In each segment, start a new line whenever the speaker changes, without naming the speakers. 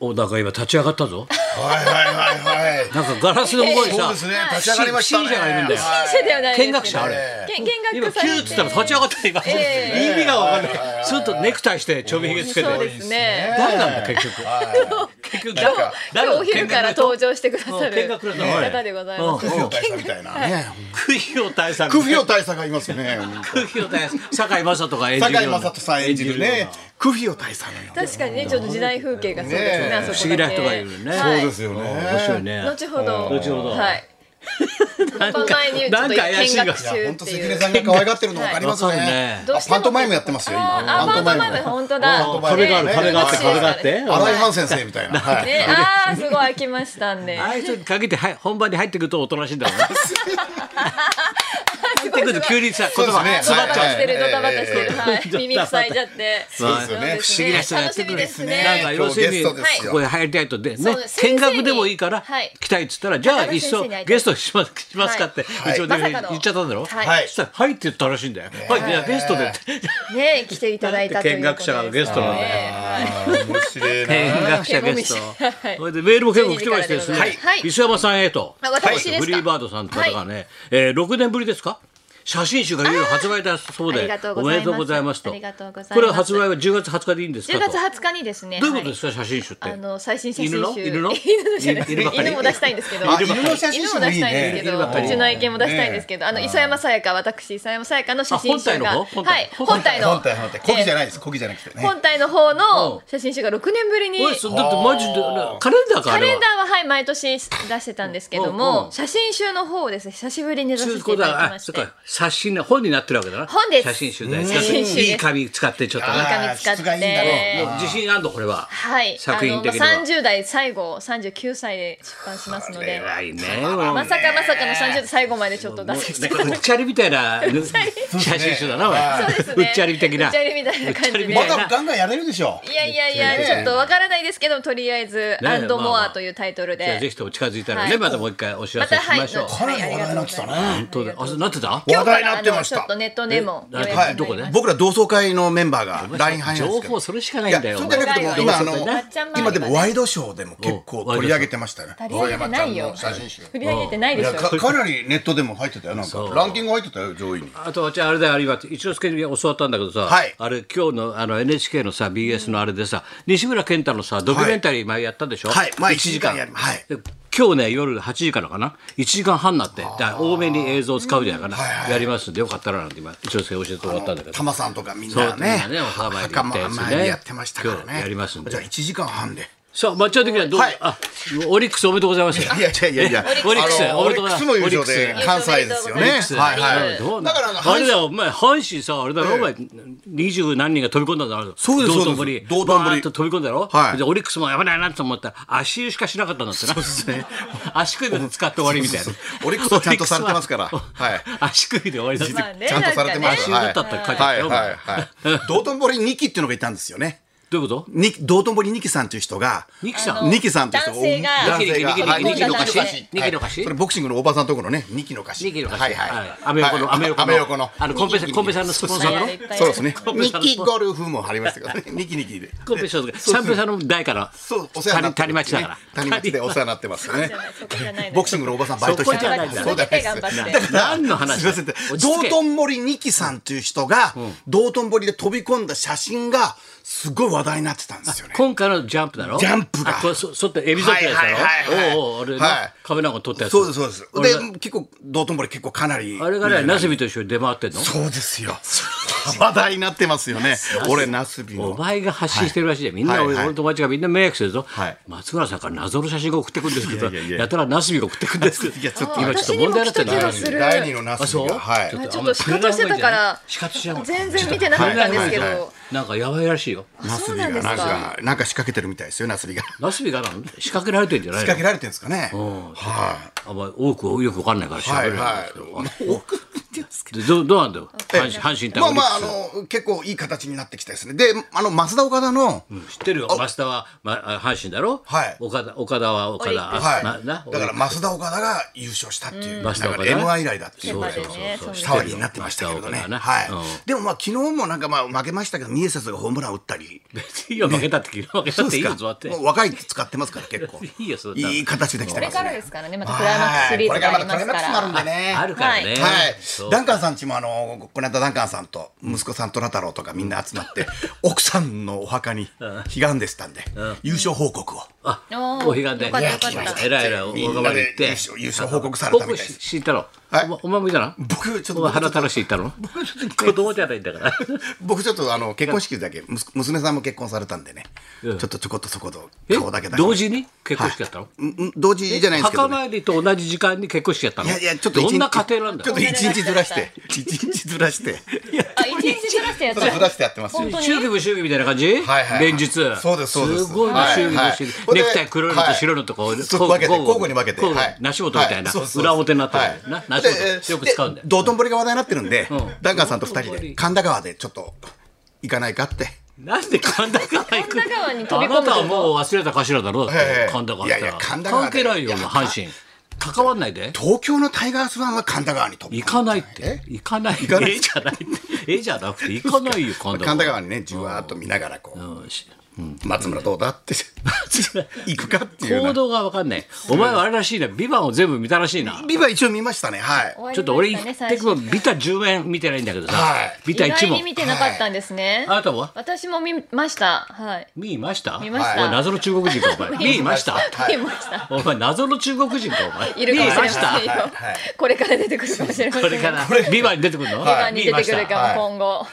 小田が今立ち上がったぞ
はいはいはいはい。
なんかガラスの向こうに
そう
さ
ですね。立ち上がりましたね。
信者がいるんだよ
はい
信者ではないです
見学者あれ
え
見
今
学
キ
され
ュ
て
ーっつったら立ち上がった今、
え
意味が分かんないスッとネクタイしてちょびひげつけ
そう
て
ですね
誰なんだ結局結局誰
今
今日お昼から登場してくださ
うん
る
見学ください
方でございます
うん
クフィオ大佐みたいなね。
クフィオ大佐
クフィオ大佐がいますよね。
クフィオ大佐堺雅人が演じる
堺
ような
雅人さん演じるね。クフィオ大佐のような。
確かにねちょっと時代風景がそうですね
ねえ
あそ
不思議
こだけ
な人がいるね
はい
そうですよね。
面白いね
後ほど
後ほど
はい
なんか
本番前にちょっと
な
見学
んか怪しい
いや
中っ
本当
て
関
い
根
う
さんが可愛がってるの分かります
わかる
ね
ね。
ど
あ
うしても
パントマイムやってますよ今。
あーパントマイム
ム。
本当だ
本当だ
壁がある
ね
壁があって
ね
壁があって
荒井藩先生みたいな。はい。
ねあーすごい飽きましたんで
ああいう人に限ってはい本番に入ってくるとおとなしいんだろうね 入ってくると急にさ言葉
そうですね
詰まっちゃう
バタしてるドタバタして
え
る
え
はい耳塞いじゃって
そうです
よね
そうです
不思議な人がやってくる
楽しみです
なんか
ね
いろんな意味
今日ゲストです
こ
よ
こへ入りたいとでね
そうです
見学でもいいから
はい
来たいっつったらじゃあ
中
一
野先生
層
に会いたい
ゲストしますしますかってう
はい
ちの
ま
デ
さ
ビ
か
ュ
の
ー言っちゃったんだろ
はい
はい
そしたら「はい」って言ったらしいんだよ「はいいやゲストで」
ね来ていただいたということです
見学者がゲストなんだよ
ねはい
あー面白いな。
見学者ゲス
はい
トそれでメールも結構来てましてですね
はいはい
磯山さんへと
あ私ですか
フリーバードさんって方がねえー6年ぶりですか写真集がいよいよ発売だそう
あり
で
がとう
お
ござい
め
ます
でとうございますと
ありがとうございます
これは発売は10月20日でいいんですか
10
と
月20日にですね
どういうことですすか写真集って
あの最新写真集
犬の犬の
じゃない
犬ばかり
犬も出したいんですけど
あ犬の写真
犬
集も
も出
い
し
い
たいんです
ね。
け
犬
ど、
ばっかり
うちの意見も出したいんですけど、あの磯山さやか、私磯山さやかの写真集
あ
が、
本体の方
はい、本体の
本体本体。コギじゃないです。コギじゃなくて
えー
ね。
本体の方
うん
の写真集が6年ぶりに
おいそだってマジでカレンダーか
カ
あれ
レ
は
ンダーははい毎年出してたんですけど
うんう
も
ん
写真集の方をですね久しぶりに出さ
そういう
せて
こ
い
と
ただ
はあ
きま
そ
し
う
て
か写真の本になってるわけだな
本です
写真集で
写真集です
いい紙使ってちょっとね
あー
いい紙使って
質がいいんだね。
もう自信あんのこれは
はい
作品的に
あ
は
のまあ30代最後39歳で出版しますので
偉いねもう
まさかまさかの30代最後までちょっと出させて
なんかうっちゃりみたい なね写真集だなお
はい
そう
い
ですね
うっちゃり的な
うっちゃりみたいな感じ
うっちゃ
で
りみ
ま
たいな
だガンガンやれるでしょ。
いやいやいや、
ね
ちょっとわからないですけど、とりあえず、
ね
アンドモ
まあまあ
アというタイトル
じゃあぜ
で。
ひとも近づいたら
は
ね
い
またもう一回お知ら
ま
せ
た、
し
はい、
ましょう
かなり話題になってたね。
本当だあそうなってた
今日から
話題になってました
あのちょっとネットでも
え
予約になりました。
どこで
僕ら同窓会のメンバーが LINE 入るん
情
ですけど
報。それしかないいん
や、
だよ
そ
お
うじゃ
前
なくても
お前
今あ
同
の
窓会ね
今でもワイドショーでも結構取り上げてましたね。
取り上げてないよ
大山ちゃんの写真集。
振り上げてない
い
でし
や
ょ
かかなりネットでも入ってたよなんか
そう
ランキング入ってたよ上位に。
あとじゃああれだよあれ今一之輔に教わったんだけどさ、
はい
あれ今日のあの NHK のさ BS のあれでさ西村健太のさドキュメンタリー前やったでしょ、
はいまあ
1時間
一時間やりましたはい
で今日ね夜8時からかな1時間半になってだから多めに映像を使うじゃないかな、やりますんでよかったらなんて今一之輔教えてもらったんだけど
タマさんとかみん
そう
な
みんな
ね
ねお墓参り行ったやつね
お墓参りやってましたから
今日
ね
やりますんで
じゃあ1時間半で
さあ抹茶的にはどう、
はい
あオリックスおめでと うございます
いやいやいやいや
オリックス
あの
お
オ
め
リ
でと
ッ
う
ク
ござい
ス
ます
も優勝で関西ですよ
オリッ
ね
クス
はいはい
どうな
だからあの
あれだよお前阪神さあれだろ、お前二十何人が飛び込んだんだろ
そうです
道頓堀
そうです道頓堀
バーッと飛び込んだろ、
はい
でオリックスもやばないなと思ったら足湯しかしなかったんだってな足首で使って終わりみたいな
そうそうそうオリックスはちゃんとされてますから
オリックス
はい
足首で終わりだって、
まあね
ちゃんとされてま
足
した
湯
は
だっ
い
たって書いてあっ
は
た
い
よ、
はいはい 道頓堀二期っていうのがいたんですよね
どういうこと
に道頓堀二期さんっていう人が
二木さん
あの
二木さんっていう人
男性が
男性
二
が
木
はい
二木の歌詞
はい
二木の歌詞
それボクシングのおばさんとこのね二木の歌詞
二木の歌詞
はいはい
はいアメ横のアメ横の
アメ横の
あのコンペさんコンペさんのスポンサーの
いっぱい
そうですね
コンペ
ニ
さんの
キゴルフも入りましたけどねニキニキで
コンペションとか三平さんの代から
そうお世話になって
谷谷町だから
谷町でお世話になってますね
じゃないそこじゃないの
ボクシングのおばさんバイトして
そこじゃないんだ
そうだ
そこだけ頑張って
だから
何の話
すいません道
落ち着け
頓堀二木さんという人が道頓堀で飛び込んだ写真がすごい話題になってたんですよね
今回のジャンプだろ
ジャンプが
あこれそそってエビゾットやつだろ、
はいはいはいはい
おうおうあれな、
はい
壁なんか撮ったやつ
そうですそうです
俺が
で結構道頓堀結構かなり
あれがね、ナスビと一緒に出回ってんの
そうですよ 話題になってますよね俺ナスビ
お
の
前が発信してるらしいじゃん。みんな、
はい
俺
はい
俺の友達がみんな迷惑してるぞ。
はい
松村さんから謎の写真が送ってくるんですけど、
いやいやいや
やたらナスビが送ってくるんですけど、
いやちょっと
今ちょっと問題になってんだ
私にも来た気
よ
がする
第二のナ
あ、
ス
そう
ビがはい
ちょっと仕方してたから
仕方してなかった
全然見てなかったんですけ
はいはいは
ど
なんかやばいらしいよ。
ナスビが
そうなんですか
なんかなんか仕掛けてるみたいですよナスビが
ナスビがな仕掛けられてんじゃない
仕
の
掛けられてるんですかねはい
あんまり多くよくわかんないから調べ
は
る
い
の
はい。多くって言っですけど。
でどどうなんだよ
え
阪
え
神阪神対オ
まあ
リッ
ま
クス
あ、あの、結構いい形になってきたですね。で、あの、増田岡田の、
知ってるよ増田は、まあ、阪神だろ、
はい
岡田岡田は岡
オリ
田
ックス
はい。
あなな
だから、増田岡田が優勝したっていう。だ
増田
か
岡
ら
田
M1 以来だっていう。
そうそうそうそう
知
騒ぎになってましたけど
増田
ね
岡。田な
はい、
うん
でもまあ昨日もなんかまあ負けましたけど、ミエセスがホームラン打ったり。
別に いいよ負けたって聞いて負けたっていいよ座って
もう若いって使ってますから結構。
いいよそれ
いい形でき
こ
て
れ
ます
から
ね。
ですからねまたクライマックスシリーズがありますか
はいこれからまたクライマックスもあるん
ら
でね。
あるからね、
はい
そう、
ダンカンさんちもあのこの間ダンカンさんと息子さんとラタロウとかみんな集まって、奥さんのお墓に悲願でしたんで、優勝報告を
あ
おー
お彼岸で
よかったよか
いや来ま
っ
したた
えらいえらいお
みん
墓
なで
まで行って
優勝優勝報告されたみたいです
僕知ったろ、
はい
お前お前もいたの
僕ちょっ
お前
と
腹たらして行ったの子供じゃないんだ から
僕ちょっとあの結婚式だけ息子娘さんも結婚されたんでね、
うん
ちょっとちょこっとそこと
え
顔だけだけ
同時に結婚式やったの、
うんうん同時じゃないんですけど、
墓
ね、
参りと同じ時間に結婚式やった
い
の
やいやちょっと一日
どんな家庭なんだ
ちょ
よ
っと一日ずらして一日ずらして
あ一日ずらしてやっ
ち
た
ょっとずらしてやってますよ
本当に
祝儀も祝儀みたいな感じ、
はいはい
連日
そうですそうです
ごいね
はい
祝儀も
はい
祝儀、
ほんで
ネクタイ黒いのと白いのとこう、
はい
こう
そう分けて交互に分けて
交互
はい
梨本みたいな、
はいそうそう
裏表になってる、
はい
な梨本よく使うんだ
で
よ
道頓堀が話題になってるんで、
ん
ダンカンさんと二人
道頓
で
堀
神田川でちょっと行かないかって
なんで神田川行く
神田川に飛び込む
あなたはもう忘れた頭だろだって、
ええ
神田川
いやいや神田川
関係ないよ
いや
阪神関わんないで
東京のタイガースファンは神田川に飛び
行
込
か
む
ないって
え
行かない
かない
ええじゃないってええじゃなくて行か ないよ神田川
神田川にねじわーっと見ながらこう、
うんし
松村どうだって行くかっていうよう
行
な
動が分かんないお前はあれらしいな「ビバンを全部見たらしいな
ビバ一応見ましたねはい
終わりましたね
ちょっと俺行って
最
く
終
の
回
ビタ10円見てないんだけどさ、
はい
ビタ1
意外
問
に見てなかったんですね、
あなたは
私も見ましたはい
見ました
見ました
お前謎の中国人かお前見ました
はい
見ました
お前謎の中国人かお前
いるかもしれませんよ、
見
はいはい
これから出てくるかもしれません
これからビバンに出てくるの、
ビバンに出てくる
見まし
かも今後、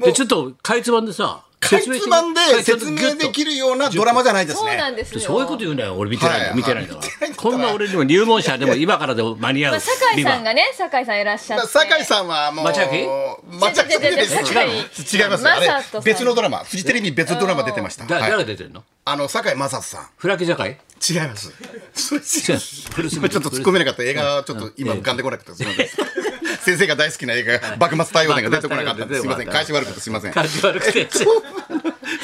たでちょっとかいつまんでさ
かいつまんで説明でき
る
るようなドラマじゃないです
そうな
ね
んですよ
そういうこと言うんだよ俺見てないんだ、
はい
見てないんだか
見てな
ら
いんだから
こんな俺にも入門者でも今からでも間に合う、
まあ、酒井さん
ビバン
がね酒井さんいらっしゃって
酒井さんはもう
町明
町明
違う違う違う
です
違う
違いますあれ
マサトさん
別のドラマフジテレビ別ドラマ出てました
だ
はい
誰出てるの
あの酒井雅人さん
フラキ坂井
違います。それ
違
違
う
う。
古すぎ
今
る
ちょっと突っ込めなかった映画はちょっと今浮かんでこなくてすみません。 先生が大好きな映画が幕末対応伝が出てこなかったん
幕
です
末
み
対応伝
ません。返し悪くてすみません。
感じ悪くて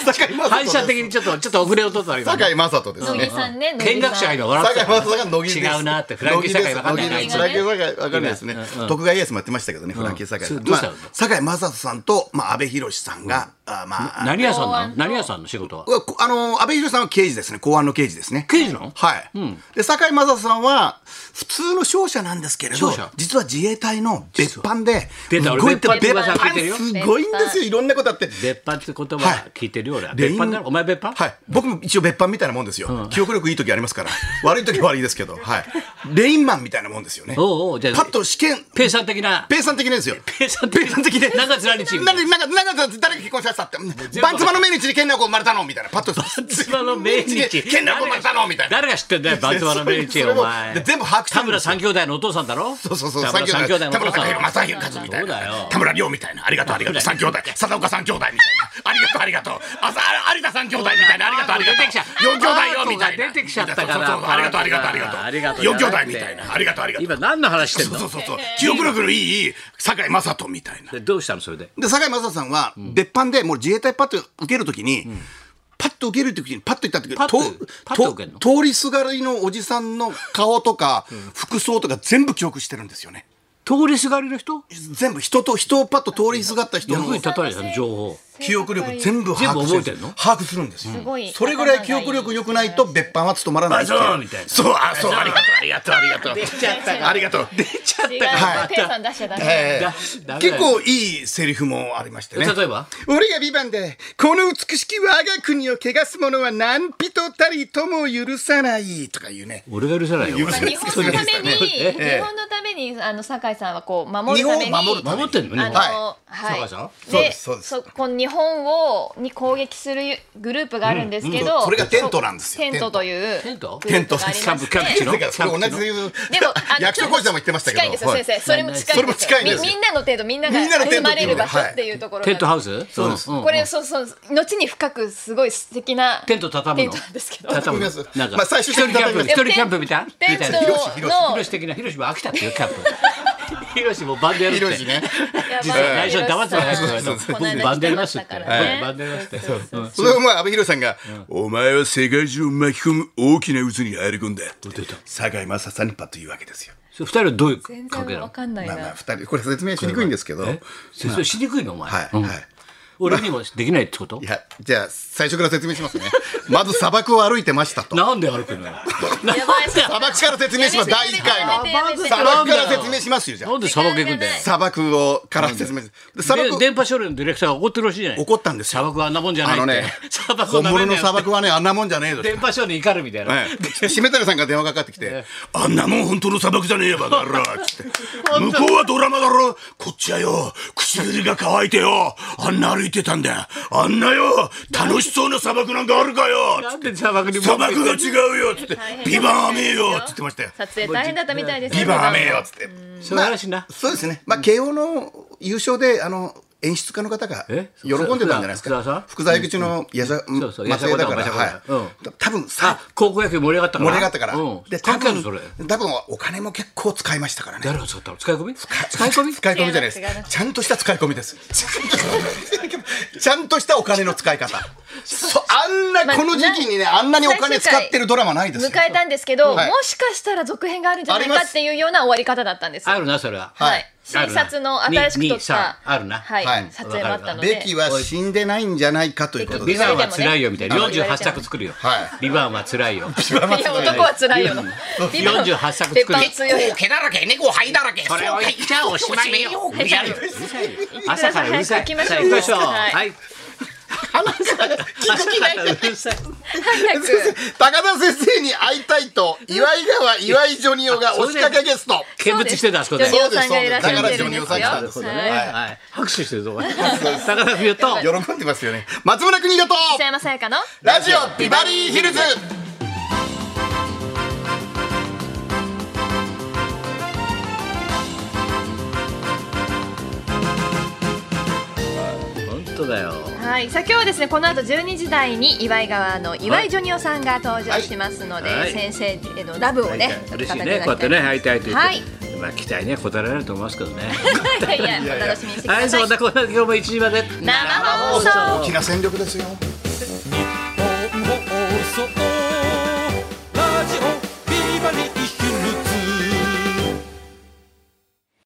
坂井雅人。
反射的 に。ちょっとちょっと遅れを取ったわ今
坂井雅人です
乃木
ね。
さんね乃木さん
見学者が今笑って
坂井雅人が乃木です。
違うなってフランキー坂井わかんない
乃木です
あいつ
乃木ですフランキー坂井わ
ね
かんないですね。徳川家康もやってましたけどね、フランキー坂井さ
それ
ん。
どう
ま
したの
あ坂井雅人さんとまあ安倍博さんがあまあ
何屋さん
公
な
安
の
と
何屋さんの仕事は
うわこあの安倍博さんは刑事ですね公安の刑事ですね
刑事なの
はい、で堺井雅人さんは普通の商社なんですけれど
商社
実は自衛隊の別班で
出た
すごいって
俺別
別
班
班
って言ってるよ
すごいんですよいろんなことあって
別班って言葉
はい
聞いてるよ俺は
レイ
別
ン
班なのお前別班
はい僕も一応別班みたいなもんですよ、記憶力いい時ありますから 悪い時は悪いですけどはいレインマンみたいなもんですよね
おうおうじゃあ
パッと試験
ペイさん的な
ペイさん的なんですよ
ペイさん的な中津何チーム
なんでなんかなんか誰が結婚したさってバンツマの命に健奈子生まれたのみたいなパッとバ
バンツマの命 日
健奈子生まれたのみたいな
誰が知ってんだよバンツマの命日
それ
お
も
前
で全部把握して
田
るん
村
ですよ
三兄弟のお父さんだろそう
そうそう
田
三
村三
兄
兄弟
弟
のお
田
父
村
さん
貴弘正弘和みたい
そうだよ
な田村亮みたいなありがとうありがとう三兄弟佐岡三兄弟みたいなありがとうありがとうあさあ有田三兄弟みたいなありがとうありがと
出てきちゃ
う四兄弟よみたいな
出てきちゃったから
そうそうそうありがとうありがとう
あ
あ
り
り
が
が
と
と
う
う
じゃ
四
な
兄
くて
弟みたいなありがとうありがとう
今何の話してん
そうそう
の
そうそう記憶力のいい堺井雅人みたいな
でどうしたのそれで
で、堺井雅人さんは、別班でもう自衛隊パッと受けるときに、パッと受けるときに、パッと行ったときに、
パッと
と
パッと受けんの
と通りすがりのおじさんの顔とか、服装とか全部記憶してるんですよね。
通りすがりの人
全部人と人をパッと通りすがった人の
役に立たないじゃん情報
記憶力全部把握
全部覚え
して
てん
る
の
把握するんですよ。
すごい
それぐらい記憶力良くないと別班は務まらないって
あそうみたいな
そう、あ、そう、ありがとう、ありがとう、ありがとう。出
ちゃった
ありがとう。 出
ちゃっ
違う、
たからま
ペイ
た
さん出しちゃダメ、
え
だ
ー
ダメだよ
結構いいセリフもありましてね。
例えば
俺がビバンで、この美しき我が国を汚す者は何人たりとも許さないとかいうね。
俺が許せないよ
許せない
日本のために、
え
え
日本のためにあの酒井さんはこう守るために
日本を守る
守ってんの日
あ
本
の、
は
は
酒
い、
井さん
そうで
です
そうです
そこの日本をに攻撃するグループがあるんですけ
う
ど、
んそれがテントなんですよ
テントという
テント
グループがありまして
テントキャンプキャンプ地の
だ からそれ同じで言う
でもあ の
役所広司さんも言ってましたけど。
近いんですよ
はい
先生それも近いんですよ
それも近いんですよ
みみんなのテントみんなが
みんなのテ
集
ント
ま
って
れ
いうの
る
が
場所
はい
っていうところ
テントハ
ウ
ウス
そうです
ん
これそうそう後に深くすごい素敵な
テント畳むの
テントなんですけど
畳む
畳みます
なんか
まあ最終
一
的
人
に
キャンプ一
畳み
人
ます
キャンプみたいな
テ
み
ン
たい
ト
な
の
広し的な広しも飽きたっていうキャンプヒロシもバンドやるって
ヒロシね。
実は内緒に黙ってた
ヒロ
ら
シ
し
さ
い
んこの
僕
間
バンドやりますって
来てましたからね
僕バンドやりますって
そうそう
それをまあ安倍博さんが、お前は世界中を巻き込む大きな渦に入り込んだ」って
出た
堺井正さんにパッと言うわけですよ。
それ二人はどういう
全
関係
然
な
わ
の
かんない
まあまあ
な。
二人これ説明しにくいんですけど、はい
え説明しにくいのお前うん
はい。
俺にもできないってこと
いやじゃあ最初から説明しますね。 まず砂漠を歩いてましたと。
なんで歩くのよ
やばい
砂漠から説明します。第一回
や
の
めてやめて
砂
なん
漠
だ
か
よ
ら説明しますよじゃ
な
あ
ん。で砂漠行くんだよ
砂漠をから説明する。砂
で
漠
電波少年のディレクターが怒ってるらしいじゃない
怒ったんです
砂
よ。
漠はあんなもんじゃない
あ
って
のね
砂、漠は
本
ダメだ
物
よ
の砂漠はねあんなもんじゃねえぞ。
電波少年怒るみたいな、
はい、締めたりさんが電話かかってきて「あんなもん本当の砂漠じゃねえよバカ野郎」 っつって「向こうはドラマだろこっちはよ唇が乾いてよあんな歩いてたんだよあんなよ楽しそうな砂漠なんかあるかよ」
な
つっ
ん
て
で砂漠に
「砂漠が違
う
うよ」っつって
大変
「
ですね
ビバン雨よ」っつってましたよ
撮影大変だったみたい
「
ですよ。
ビバン雨よ」っつって
素晴らしいな
そうですねまあ慶応の優勝であの演出家の方が
え
喜んでたんじゃないです
福沢さん
か福沢諭吉の矢沢
そうそう
松江だか
矢
ら
沢
は
だうん
い多分さ
あ高校野球盛り上がったから
盛り上がったから、
うん、
で多
関係ある
分
のそれ
多分お金も結構使いましたからね
誰が使ったの使い込み使い込み
使い込みじゃないです
違います違います
ちゃんとした使い込みですちゃんとしたお金の使い方そうあんな、
まあ
この時期にねあんなにお金使ってるドラマないですよ
迎えたんですけど、
はい
もしかしたら続編があるんじゃない
あり
か
ます
っていうような終わり方だったんですよ
あるなそれは
はいい、新札の新しく撮った
あるな
はい
はい
撮影もあったので
ベキは死んでないんじゃないかということ
ビ
です
バンは辛いよみたいな
はい
48作作るよ、
はい
ビバンは辛いよ
いや男は辛いよの
ビバン48作
鉄
作る
板 強い
毛だらけ猫灰だらけ
これを言っちゃおしまいよ
はい
やる
朝からうるさい
行きまし
さ
ょう
あ行きましょう
はい
はい朝からうるさい
早く
高田先生に会いたいと岩井川岩井ジョニオが押しかけゲスト
見物してたあそこで
ジョニオさんがいらっしゃってるんです
そ
よ
うですそ
そう
うですだからジョニオさん来たんです
だね、
はい
はい、拍手してるぞお前高田冬と
喜んでますよね松村邦洋と
磯山さやかの
ラジオビバリーヒルズ
本当だよ
はい、さあ今日はですねこの後12時台に岩井川の岩井ジョニオさんが登場しますので、
はい
先生へのラブをね、ちょっと
嬉しい
語
ねこうやって
いただきた
ね会いたいと言って、
はい
まあ期待には応えられると思いますけどね
いやいやお楽しみにしてく
は
だ
い
さい
そんなこんなで今日も1時まで
生放送
大きな戦力ですよ
日本放送